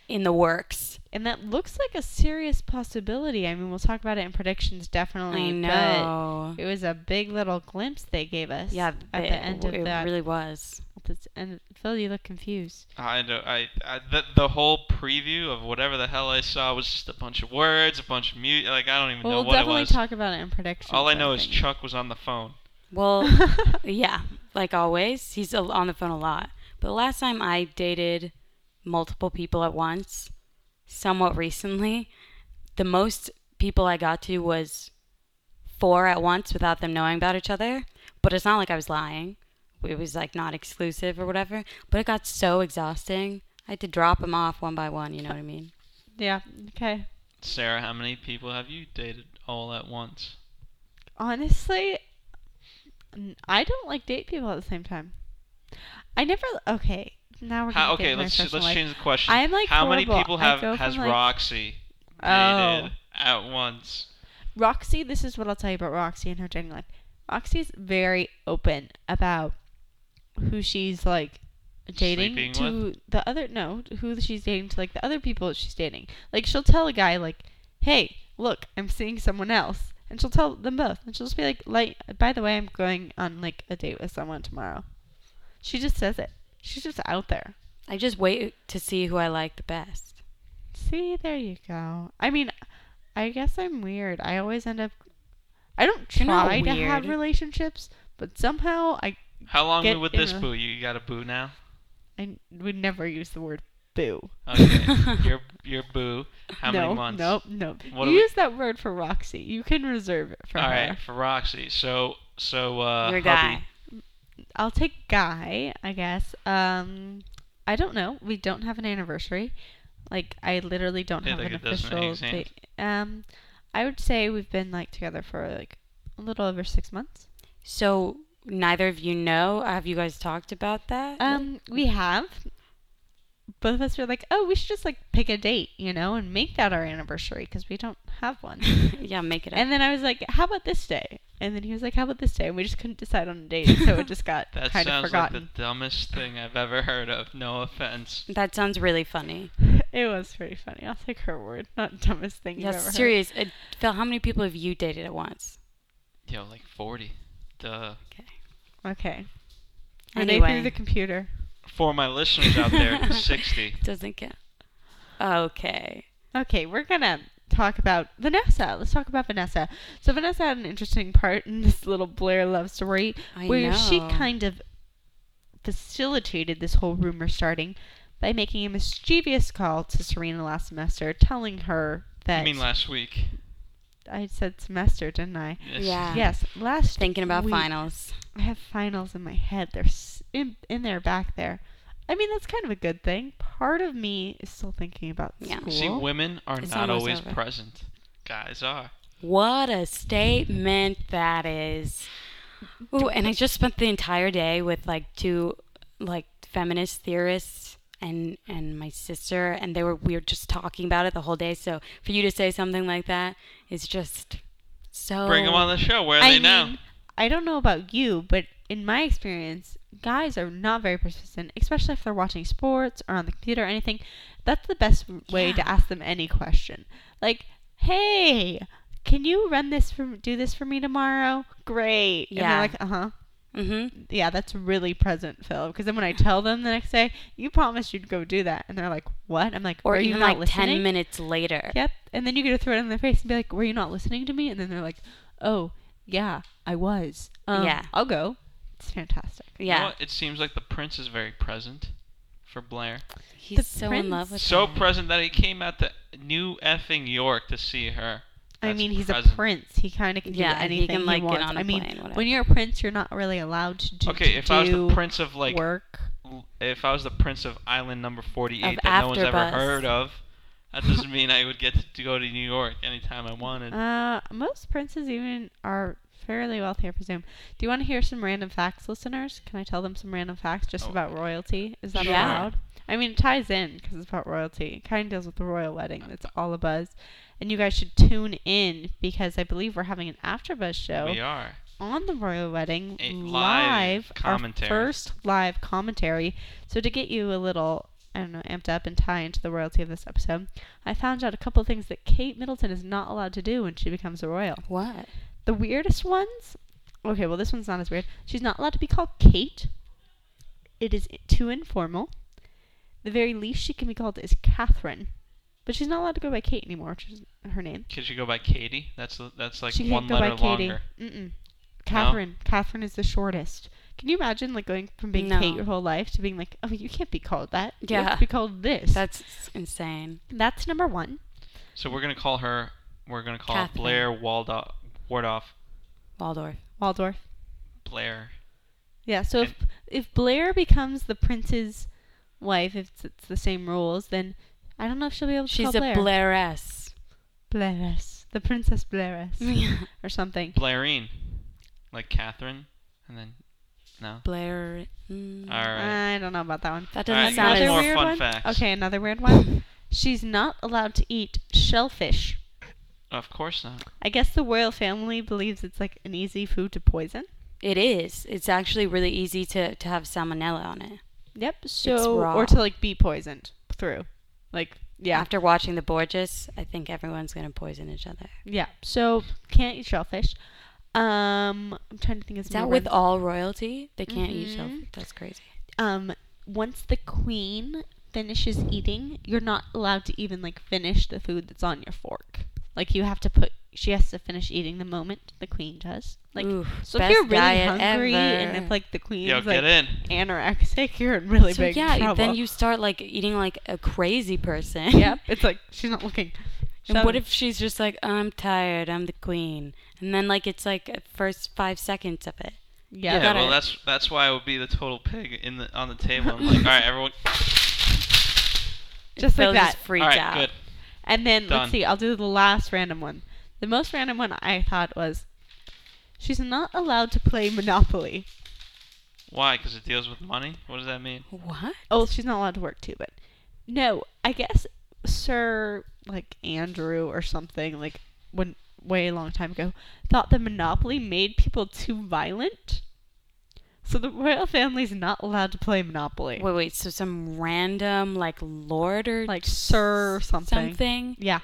D: in the works.
B: And that looks like a serious possibility. I mean, we'll talk about it in predictions definitely.
D: I know.
B: But it was a big little glimpse they gave us.
D: Yeah,
B: at
D: it,
B: the end of
D: it
B: that. (laughs)
D: really was.
B: at this- and Phil, you look confused.
C: I don't. I, I the, the whole preview of whatever the hell I saw was just a bunch of words, a bunch of mute. Like I don't even
B: Well,
C: know
B: we'll
C: what it
B: definitely
C: was.
B: talk about it in predictions.
C: All I know is
B: think.
C: Chuck was on the phone.
D: Well, yeah, like always, he's a- on the phone a lot. But last time I dated multiple people at once, somewhat recently, the most people I got to was four at once without them knowing about each other. But it's not like I was lying. It was like not exclusive or whatever. But it got so exhausting. I had to drop them off one by one. You know what I mean?
B: (laughs) Yeah. Okay.
C: Sarah, how many people have you dated all at once?
B: Honestly, n- I don't like date people at the same time. I never. Okay. Now we're gonna
C: How,
B: get
C: okay,
B: into my
C: let's
B: personal
C: let's
B: life.
C: change the question.
B: I'm, like,
C: how many
B: horrible.
C: people
B: I
C: have
B: go
C: has
B: from, like-
C: Roxy
B: Oh.
C: dated at once?
B: Roxy, this is what I'll tell you about Roxy and her dating life. Roxy's very open about who she's like dating
C: Sleeping
B: to the other no, who she's dating to like the other people that she's dating. Like she'll tell a guy like, "Hey, look, I'm seeing someone else." And she'll tell them both. And she'll just be like, "Like, by the way, I'm going on like a date with someone tomorrow." She just says it. She's just out there.
D: I just wait to see who I like the best.
B: See, there you go. I mean, I guess I'm weird. I always end up. I don't
D: You're not
B: try to have
D: weird.
B: relationships, but somehow I
C: How long
B: Get
C: with
B: in
C: this
B: a-
C: boo? You you got a
B: (laughs)
C: boo now?
B: I would never use the word boo.
C: Okay, your your boo. How
B: no,
C: many months?
B: Nope, nope.
C: What
B: you
C: do we-
B: use that word for Roxy. You can reserve it for
C: All
B: her.
C: right, for Roxy. So so uh,
D: Your
C: hubby.
D: guy.
B: I'll take Guy, I guess. Um, I don't know. We don't have an anniversary. Like I literally don't
C: Yeah,
B: have
C: like
B: an
C: it doesn't
B: official.
C: exist.
B: date. Um, I would say we've been like together for like a little over six months.
D: So neither of you know. Have you guys talked about that?
B: Um, we have. Both of us were like, oh, we should just like pick a date, you know, and make that our anniversary because we don't have
C: (laughs)
B: one.
D: (laughs) yeah, make it up.
B: and then I was like, how about this day? And then he was like, how about this day? And we just couldn't decide on a date, so it just got
C: (laughs) That
B: kind of
C: sounds like the
B: forgotten.
C: dumbest thing I've ever heard of. No offense.
D: that sounds really funny.
B: (laughs) It was pretty funny. I'll take her word. Not dumbest thing
D: Yeah,
B: you've ever
D: serious. Uh, Phil, how many people have you dated at once?
C: Yo, like forty. Duh.
B: heard. Okay. Renee
D: Anyway,
B: through the computer.
C: For my listeners
B: (laughs)
C: out
D: (laughs)
C: there, sixty.
D: doesn't count. Okay.
B: Okay, we're gonna talk about Vanessa. Let's talk about Vanessa. So Vanessa had an interesting part in this little Blair love story
D: I
B: where she
D: know.
B: kind of facilitated this whole rumor starting by making a mischievous call to Serena last semester, telling her that
C: You mean last week?
B: I said semester, didn't I?
C: Yes.
D: Yeah.
B: Yes, last
D: Thinking about
B: week-
D: finals.
B: I have finals in my head. They're s- in, in there back there. I mean, that's kind of a good thing. Part of me is still thinking about
D: Yeah.
B: school.
C: See, women are
D: It's
C: not
D: almost
C: always
D: over.
C: present. Guys are.
D: What a statement that is. Ooh, and I just spent the entire day with like two like feminist theorists and and my sister and they were we were just talking about it the whole day. So for you to say something like that is just so
C: Bring them on the show. Where are
B: Oh. I
C: they now?
B: mean, I don't know about you, but in my experience, guys are not very persistent, especially if they're watching sports or on the computer or anything. That's the best way to ask them any question. Like, hey, can you run this for do this for me tomorrow? Great. And
D: Yeah.
B: they're like, uh huh.
D: Mm-hmm.
B: Yeah, that's really present, Phil. Because then when I tell them the next day, you promised you'd go do that, and they're like, what? I'm like,
D: Or
B: "Were you
D: even
B: not
D: like
B: listening?
D: ten minutes later.
B: Yep. And then you get to throw it in their face and be like, were you not listening to me? And then they're like, oh yeah, I was. Um,
D: Yeah.
B: I'll go. It's fantastic.
C: You know
D: Yeah,
C: what? It seems like the prince is very present for Blair.
D: he's
B: The
D: so in
B: prince-
D: love with
C: So
D: her.
C: present that he came out to New effing York to see her.
B: I
C: That's
B: mean, he's
C: present.
B: a prince. He kind of can
D: Yeah,
B: do
D: he
B: anything
D: can, like, get
B: wants.
D: on a
B: I mean,
D: plane, whatever.
B: when you're a prince, you're not really allowed to do
C: Okay,
B: to
C: if I was the
B: do
C: prince of like,
B: work.
C: l- if I was the prince of Island Number Forty Eight
D: Of
C: that no one's ever
D: Afterbuzz.
C: heard of, that
B: (laughs)
C: doesn't mean I would get to, to go to New York anytime I wanted.
B: Uh, most princes even are fairly wealthy, I presume. Do you want to hear some random facts, listeners? Can I tell them some random facts just
C: Oh.
B: about royalty? Is that
D: Sure.
B: allowed? I mean, it ties in because it's about royalty. It kind of deals with the royal wedding. That's all a buzz. And you guys should tune in because I believe we're having an afterbuzz show
C: we are.
B: on the royal wedding
C: A live
B: live,
C: commentary.
B: our first live commentary. So to get you a little, I don't know, amped up and tie into the royalty of this episode, I found out a couple of things that Kate Middleton is not allowed to do when she becomes a royal.
D: what?
B: The weirdest ones. Okay, well this one's not as weird. She's not allowed to be called Kate. It is too informal. The very least she can be called is Catherine, but she's not allowed to go by Kate anymore, which is her name.
C: Could you go by Katie? That's l- that's like
B: She
C: one
B: can't go
C: letter
B: by Katie.
C: longer.
B: Mm-mm. Catherine. Catherine is the shortest. Can you imagine like going from being
D: No.
B: Kate your whole life to being like, oh, you can't be called that. You have
D: Yeah.
B: to be called this. That's,
D: That's insane.
B: That's number one.
C: So we're gonna call her. We're gonna call
D: Catherine.
C: Blair Waldo Wardoff
D: Waldorf.
B: Waldorf.
C: Blair.
B: Yeah. So if if Blair becomes the prince's wife, if it's, it's the same rules, then I don't know if she'll be able to
D: She's
B: call
D: a
B: Blair. (laughs)
D: Blairess.
B: Blairess. The princess (laughs) Blairess or something.
C: Blairine, like Catherine, and then no.
D: Blair. Mm,
C: All right.
B: I don't know about that one.
D: that
C: All
D: doesn't
C: right,
D: sound
C: one
B: another
C: more
D: as
B: weird
C: fun
B: one.
C: facts.
B: Okay, another weird one. She's not allowed to eat shellfish.
C: Of course not.
B: I guess the royal family believes it's like an easy food to poison.
D: It is. It's actually really easy to, to have salmonella on it.
B: Yep. So
D: raw.
B: or to like be poisoned through. Like yeah.
D: After watching The Borges, I think everyone's going to poison each other.
B: Yeah. So can't eat shellfish. Um I'm trying to think of
D: Is
B: some
D: that
B: more
D: with
B: ones.
D: all royalty? They can't eat
B: Mm-hmm.
D: shellfish. That's crazy.
B: um once the queen finishes eating, you're not allowed to even like finish the food that's on your fork. Like you have to put she has to finish eating the moment the queen does. Like
D: Oof,
B: so if
D: best
B: you're really
D: diet
B: hungry and
D: ever.
B: if like the queen's
C: Yo,
B: like
C: get in.
B: anorexic, (laughs) you're in really
D: so
B: big
D: yeah,
B: trouble.
D: then you start like eating like a
B: (laughs)
D: crazy person.
B: Yep. It's like she's not looking.
D: and
B: Shove
D: what
B: it.
D: if she's just like, I'm tired, I'm the queen, and then like it's like first five seconds of it.
B: Yeah.
C: Yeah,
D: gotta-
C: well, that's that's why I would be the total pig in the on the table. I'm like, all
B: (laughs)
C: right, everyone.
B: Just like
D: Phil
B: that.
D: just freaked
C: all right,
D: out.
C: good.
B: and then
C: Done.
B: let's see. I'll do the last random one. The most random one I thought was she's not allowed to play Monopoly.
C: Why? Because it deals with money. What does that mean?
D: What?
B: Oh, she's not allowed to work too, but no, I guess Sir like Andrew or something like when way a long time ago thought the Monopoly made people too violent. So the royal family's not allowed to play Monopoly.
D: Wait, wait. So some random like lord or
B: Like Sir something.
D: something
B: Yeah.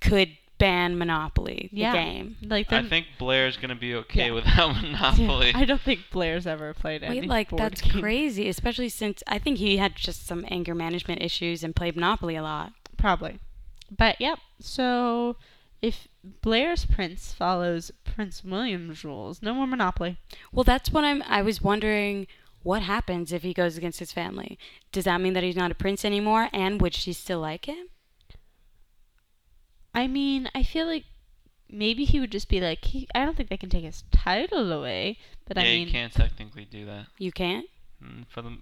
D: could ban Monopoly, the
B: Yeah.
D: game.
B: Like
C: I
B: they're-
C: think Blair's gonna be okay
B: Yeah.
C: without
B: Yeah,
C: (laughs) Monopoly.
B: (laughs) I don't think Blair's ever played any.
D: Wait, like
B: board
D: that's
B: game.
D: crazy, especially since I think he had just some anger management issues and played Monopoly a lot.
B: Probably. But yep. So if Blair's prince follows Prince William's rules, no more Monopoly.
D: Well, that's what I'm. I was wondering what happens if he goes against his family. Does that mean that he's not a prince anymore? And would she still like him?
B: I mean, I feel like maybe he would just be like, he, I don't think they can take his title away. But
C: yeah,
B: I mean,
C: you can't technically do that.
D: You can't.
C: Mm, For the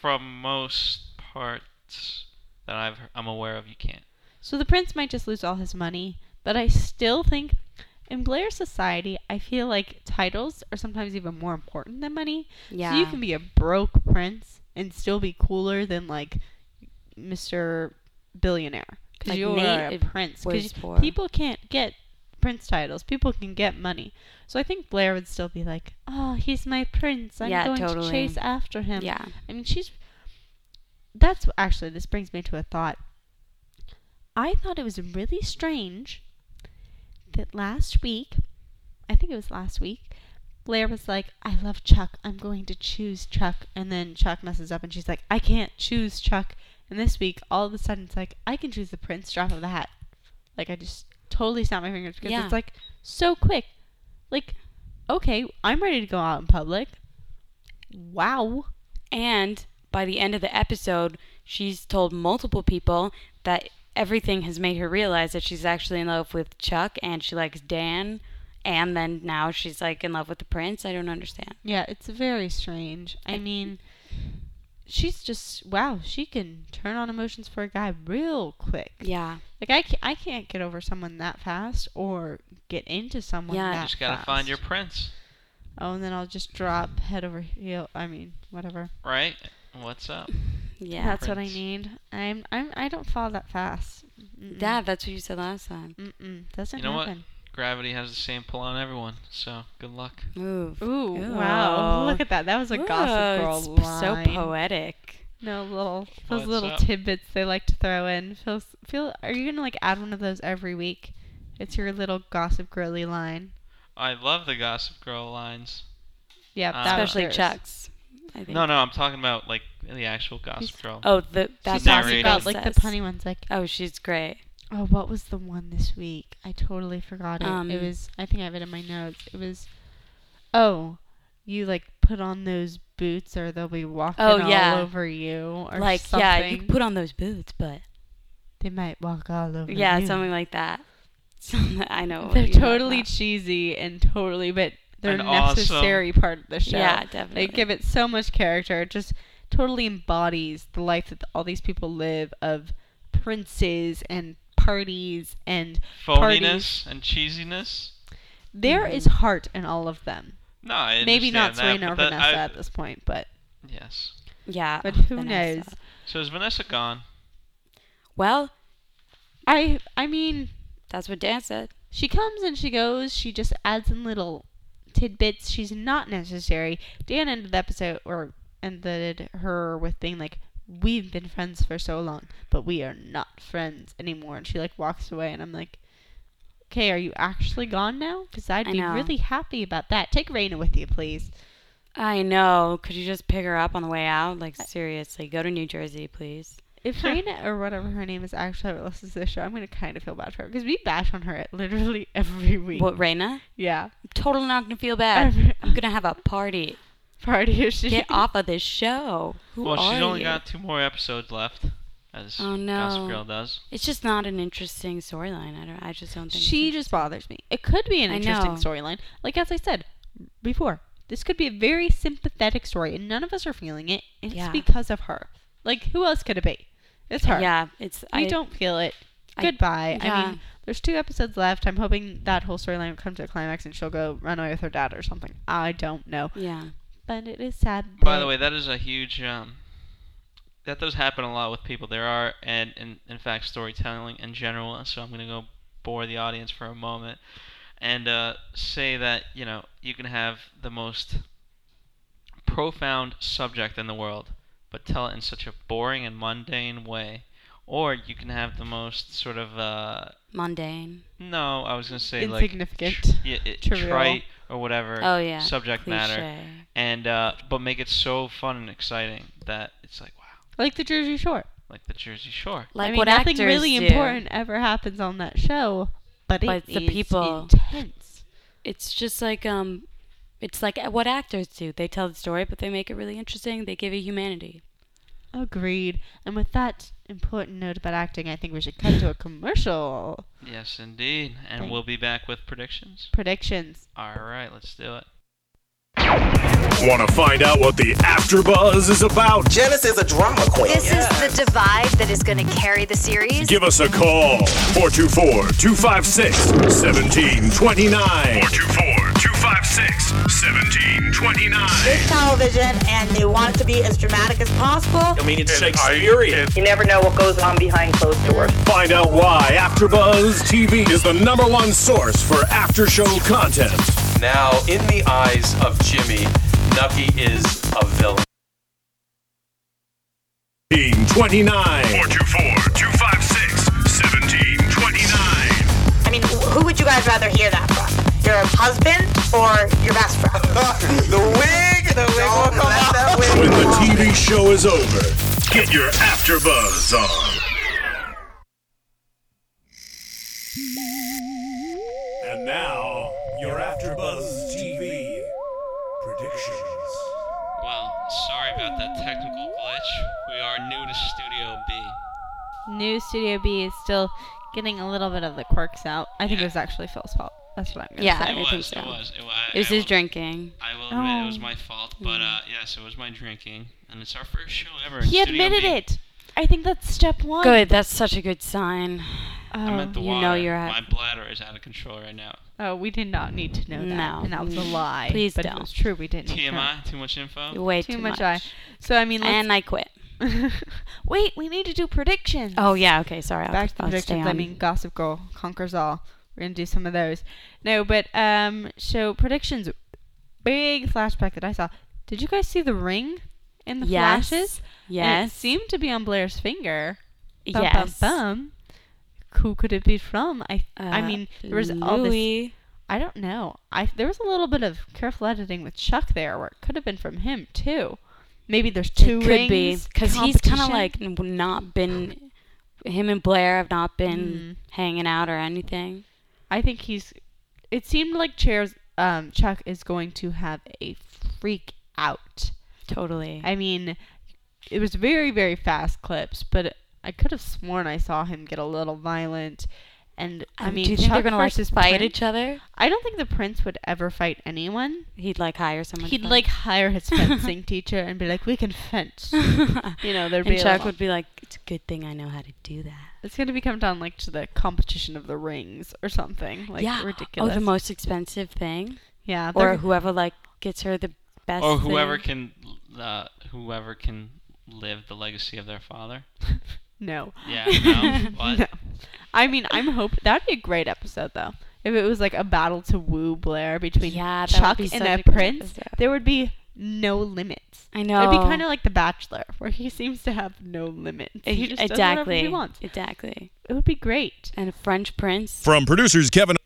C: from most parts that I've I'm aware of, you can't.
B: so the prince might just lose all his money. But I still think. In Blair's society, I feel like titles are sometimes even more important than money. So you
D: Yeah.
B: can be a broke prince and still be cooler than like Mr. Billionaire because
D: Like
B: you're
D: Nate
B: a
D: i-
B: prince.
D: was
B: Because
D: poor.
B: people can't get prince titles. People can get money. So I think Blair would still be like, "Oh, he's my prince. I'm
D: Yeah,
B: going
D: totally.
B: to chase after him."
D: Yeah.
B: I mean, she's. That's actually this brings me to a thought. I thought it was really strange that last week, I think it was last week, Blair was like, I love Chuck. I'm going to choose Chuck. And then Chuck messes up and she's like, I can't choose Chuck. And this week, all of a sudden, it's like, I can choose the prince drop of the hat. Like, I just totally snap my fingers because
D: Yeah.
B: it's like so quick. Like, okay, I'm ready to go out in public. Wow.
D: And by the end of the episode, she's told multiple people that everything has made her realize that she's actually in love with Chuck and she likes Dan. And then now she's like in love with the prince. I don't understand.
B: Yeah, it's very strange. I mean, she's just, wow, she can turn on emotions for a guy real quick.
D: Yeah.
B: Like I can't, I can't get over someone that fast or get into someone
D: Yeah.
B: that
D: Just
C: Just gotta
B: fast.
C: find your prince,
B: Oh, and then I'll just drop head over heel. I mean, whatever.
C: right? What's up?
D: Yeah.
B: That's what I
C: Prince.
B: need. I'm I'm I don't fall that fast. Mm-mm.
D: yeah, that's what you said last time.
B: Mm-mm. Doesn't
C: You know what?
B: happen.
C: Gravity has the same pull on everyone, so good luck.
D: Move.
B: Mm. Ooh, wow. (laughs) Look at that. That was a gossip girl
D: So
B: line.
D: poetic.
B: No little those
C: What's
B: little
C: up?
B: tidbits they like to throw in. Feel s- feel are you going to like add one of those every week? It's your little gossip girly line.
C: I love the Gossip Girl lines.
B: Yeah,
C: Uh,
B: that was
D: Especially
B: yours.
D: Chuck's. I think.
C: No, no, I'm talking about like the actual Gossip Girl.
D: Oh, the
B: She's
C: talking
D: that's
B: talking
C: Narrator.
B: about like the
D: says.
B: punny ones like
D: Oh, she's great.
B: Oh, what was the one this week? I totally forgot it.
D: Um,
B: it was I think I have it in my notes. It was Oh, you like put on those boots or they'll be walking
D: Oh, yeah.
B: all over you or
D: like,
B: something.
D: yeah, you can put on those boots, but
B: they might walk all over
D: yeah,
B: you. (laughs)
D: something like that. (laughs) I know. what
B: They're
D: you mean by
B: totally
D: that.
B: cheesy and totally but they're
C: And awesome.
B: necessary part of the show.
D: Yeah, definitely.
B: They give it so much character. It just totally embodies the life that all these people live of princes and parties and parties.
C: Phoniness and cheesiness.
B: There
D: Mm-hmm.
B: is heart in all of them.
C: No, I
B: Maybe not
C: understand
B: Serena or
C: that, but that-
B: Vanessa
C: I-
B: at this point, but
C: yes.
D: Yeah.
B: but
D: oh,
B: who
D: Vanessa.
B: knows?
C: So is Vanessa gone?
D: Well,
B: I I mean,
D: that's what Dan said.
B: she comes and she goes. She just adds in little tidbits. She's not necessary. Dan ended the episode or ended her with being like, "We've been friends for so long, but we are not friends anymore." And she like walks away, and I'm like, "Okay, are you actually gone now? Because I'd
D: I
B: be
D: know.
B: really happy about that. Take Raina with you, please."
D: I know. Could you just pick her up on the way out? Like seriously, go to New Jersey, please.
B: If Raina or whatever her name is actually ever listens to this show, I'm gonna kind of feel bad for her because we bash on her literally (laughs) every week.
D: What, Raina?
B: Yeah,
D: I'm totally not gonna
B: (laughs)
D: feel bad. I'm gonna have a party.
B: party if she.
D: Get off of this show. Who
C: well,
D: are
C: she's only
D: you?
C: got two more episodes left, as
D: Oh, no.
C: Gossip Girl does.
D: It's just not an interesting storyline. I don't. I just don't
B: (laughs)
D: think.
B: She
D: it's
B: just bothers me. It could be an
D: I
B: interesting
D: know.
B: storyline. Like as I said before, this could be a very sympathetic story, and none of us are feeling it. And
D: Yeah.
B: It's because of her. Like who else could it be? It's her.
D: Yeah, it's.
B: we
D: I
B: don't feel it.
D: I-
B: Goodbye. I
D: yeah.
B: mean, there's two episodes left. I'm hoping that whole storyline will come to a climax and she'll go run away with her dad or something. I don't know.
D: Yeah.
B: But it is sad.
C: By the
B: that-
C: way, that is a huge. Um, that does happen a lot with people. There are, and in, in fact, storytelling in general. So I'm going to go bore the audience for a moment and uh, say that, you know, you can have the most profound subject in the world, but tell it in such a boring and mundane way. Or you can have the most sort of. Uh,
D: Mundane.
C: no, I was going to say
B: Insignificant,
C: like. tr- yeah, it-
B: trivial.
C: Trite or whatever
D: Oh yeah.
C: subject matter
D: Cliche.
C: and uh, but make it so fun and exciting that it's like wow,
B: like the Jersey Shore.
C: like the Jersey Shore.
D: Like
B: I mean,
D: what
B: nothing
D: actors
B: really
D: do.
B: important ever happens on that show, but,
D: But
B: it
D: it's the
B: is
D: people.
B: intense.
D: it's just like um it's like what actors do they tell the story but they make it really interesting they give it humanity
B: Agreed. And with that important note about acting, I think we should cut to a commercial.
C: Yes, indeed. And
B: Thank-
C: we'll be back with predictions.
B: Predictions.
C: All right, let's do it.
A: Want to find out what the AfterBuzz is about?
E: Janice is a drama queen.
F: This is the divide that is going to carry the series.
A: Give us a call. 424-256-1729. 424-256-1729.
G: It's television and they want it to be as dramatic as possible.
E: I mean, it's
A: And I-
E: Shakespearean.
H: You never know what goes on behind closed doors.
A: Find out why AfterBuzz TV is the number one source for after-show content.
E: Now, in the eyes of Jimmy, Nucky is a villain.
A: 1729. 424-256-1729.
G: I mean, wh- Who would you guys rather hear that from? Your husband or your best friend?
I: the wig. The wig will come off. That wig
A: When the TV show is over, get your After Buzz on. And now, your After Buzz TV predictions.
C: Well, sorry about that technical glitch. We are new to Studio B.
B: New Studio B is still getting a little bit of the quirks out. I think it was actually Phil's fault. That's what I'm gonna
D: Yeah,
B: say.
D: I
C: It
D: think
C: was,
D: so.
C: it was. It was,
D: It was
C: I
D: his
C: will-
D: drinking.
C: I will admit
B: Oh.
C: it was my fault, but uh, yes, it was my drinking, and it's our first show ever. in
B: He
C: Studio
B: admitted
C: B.
B: it. I think that's step one.
D: Good. That's such a good sign.
C: I'm
B: Oh,
C: at the
D: you
C: water.
D: know you're at-
C: My bladder is out of control right now.
B: oh, we did not need to know that,
D: No.
B: and that was a
D: Mm.
B: lie.
D: Please
B: but
D: don't.
B: it was true. We didn't. need to know.
C: TMI, too much info.
D: Way
B: Too, much, I. So I mean, let's,
D: And I (laughs) quit.
B: (laughs) wait, we need to do predictions.
D: Oh yeah. Okay. Sorry. I'll,
B: back to the
D: I'll stay
B: predictions.
D: on.
B: I mean, Gossip Girl conquers all. We're gonna do some of those. No, but um, so predictions. Big flashback that I saw. Did you guys see the ring in the
D: Yes.
B: flashes? And it
D: Yes.
B: seemed to be on Blair's finger. Bum,
D: yes.
B: Bum, bum. Who could it be from? I. I
D: Uh,
B: mean, there was all this.
D: Louis.
B: I don't know. I there was a little bit of careful editing with Chuck there, where it could have been from him too. Maybe there's two
D: It could be
B: rings,
D: because he's kind of
B: competition.
D: like n- not been. Him and Blair have not
B: Mm-hmm.
D: been hanging out or anything.
B: I think he's. It seemed like Chair's um, Chuck is going to have a freak out.
D: Totally.
B: I mean, it was very very fast clips, but I could have sworn I saw him get a little violent. And I
D: Um,
B: mean,
D: do you think
B: Chuck
D: they're gonna like
B: versus
D: fight
B: Prince-
D: each other?
B: I don't think the prince would ever fight anyone.
D: He'd like hire someone. to
B: He'd
D: fight. (laughs)
B: like hire (laughs) his fencing teacher and be like, "We can fence." You know, there'd
D: and
B: be a
D: Chuck
B: little-
D: would be like, "It's a good thing I know how to do that."
B: It's gonna become down like to the competition of the rings or something like
D: yeah.
B: ridiculous.
D: Oh, the most expensive thing,
B: yeah,
D: or
B: they're-
D: whoever like gets her the best.
C: Or Oh, whoever
D: thing.
C: can, uh, whoever can live the legacy of their father.
B: (laughs) no.
C: Yeah. No. What?
B: No. I mean, I'm hope that'd be a great episode though. If it was like a battle to woo Blair between
D: Yeah, that would
B: Chuck
D: be
B: and
D: such
B: a
D: a great
B: prince,
D: episode.
B: there would be no limits.
D: I
B: It'd be
D: know.
B: kind of like The Bachelor, where he seems to have no limits. He just does whatever
D: exactly.
B: he wants.
D: Exactly.
B: It would be great.
D: And a French prince.
A: From producers Kevin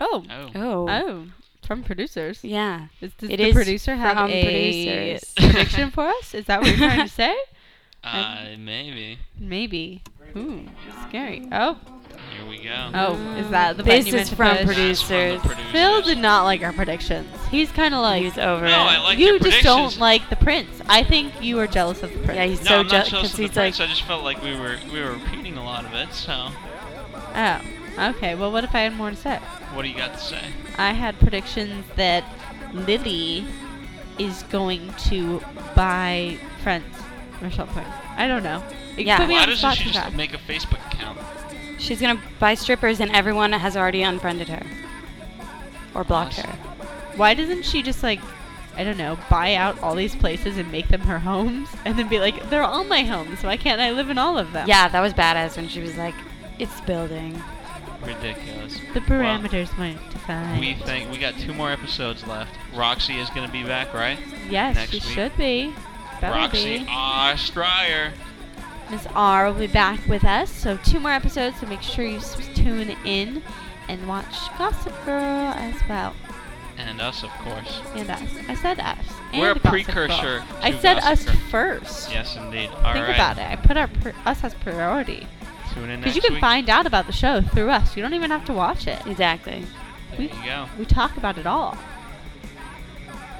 B: Oh,
C: Oh.
D: Oh.
B: oh, from producers.
D: Yeah.
B: Does, does
D: It
B: the
D: is
B: producer have
D: from
B: a
D: producers.
B: (laughs) prediction for us? Is that what you're trying
D: (laughs)
B: to say?
C: Uh, maybe.
B: Maybe. Ooh, scary. Oh,
C: Here we go.
B: oh, is that the button
D: This
B: you meant
D: is
B: to
D: from
B: push?
C: That's from the
D: producers.
C: producers.
B: Phil did not like our predictions. He's kind of like,
D: He's over
C: No, I
D: it.
C: like
B: you
C: your
B: just
C: predictions.
B: don't like the prince. I think you are jealous of the prince.
D: yeah, he's
C: No,
D: so
C: I'm not
D: jealous
C: jealous
D: because
C: of the
D: he's like,
C: prince. I just felt like we were we were repeating a lot of it. So,
B: oh, okay. Well, what if I had more to say?
C: what do you got to say?
B: I had predictions that Lily is going to buy friends or something. I don't know. It
D: Yeah.
B: put me
C: Why
B: on the
C: doesn't
B: spot
C: she
B: for
C: just
B: that.
C: make a Facebook account?
D: she's gonna buy strippers and everyone has already unfriended her or blocked her.
B: Why doesn't she just like, I don't know, buy out all these places and make them her homes, and then be like, they're all my homes. Why can't I live in all of them?
D: Yeah, that was badass when she was like, "It's building."
C: Ridiculous.
B: The
C: Well,
B: parameters weren't defined.
C: we think we got two more episodes left. Roxy is gonna be back, right?
B: yes,
C: next
B: she
C: week.
B: should be. Better
C: Roxy
B: be.
C: R. Stryer.
B: Miss R will be back with us. So two more episodes. So make sure you s- tune in and watch Gossip Girl as well,
C: And us, of course.
B: and us. I said us. And
C: We're a
B: Gossip Girl.
C: precursor
B: I
C: to
B: said us
C: Gossip Girl.
B: first.
C: Yes, indeed. All right.
B: Think about it. I put our pr- us as priority
C: Tune in
B: because
C: next
B: you can
C: week.
B: find out about the show through us. You don't even have to watch it.
D: Exactly.
C: There you go.
B: We talk about it all.